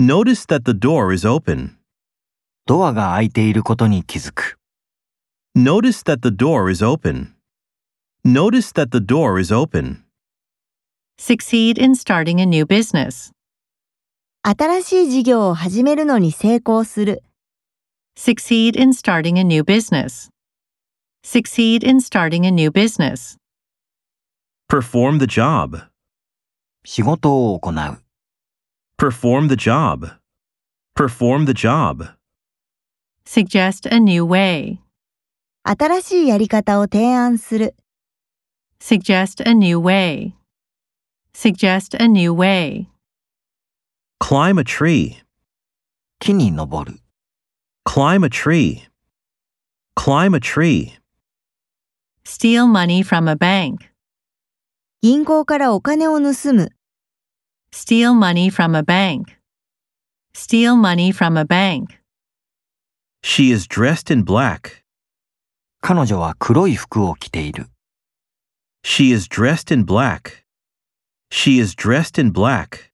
Notice that the door is open. ドアが開いていることに気づく。 Notice that the door is open. Notice that the door is open. Succeed in starting a new business. 新しい事業を始めるのに成功する。 Succeed in starting a new business. Succeed in starting a new business. Perform the job. 仕事を行う。 Perform the job. Perform the job. Suggest a new way. 新しいやり方を提案する。 Suggest a new way. Suggest a new way. Climb a tree. 木に登る。 Climb a tree. Climb a tree. Steal money from a bank. 銀行からお金を盗む。 Steal money from a bank. Steal money from a bank. She is dressed in black. 彼女は黒い服を着ている。 She is dressed in black. She is dressed in black.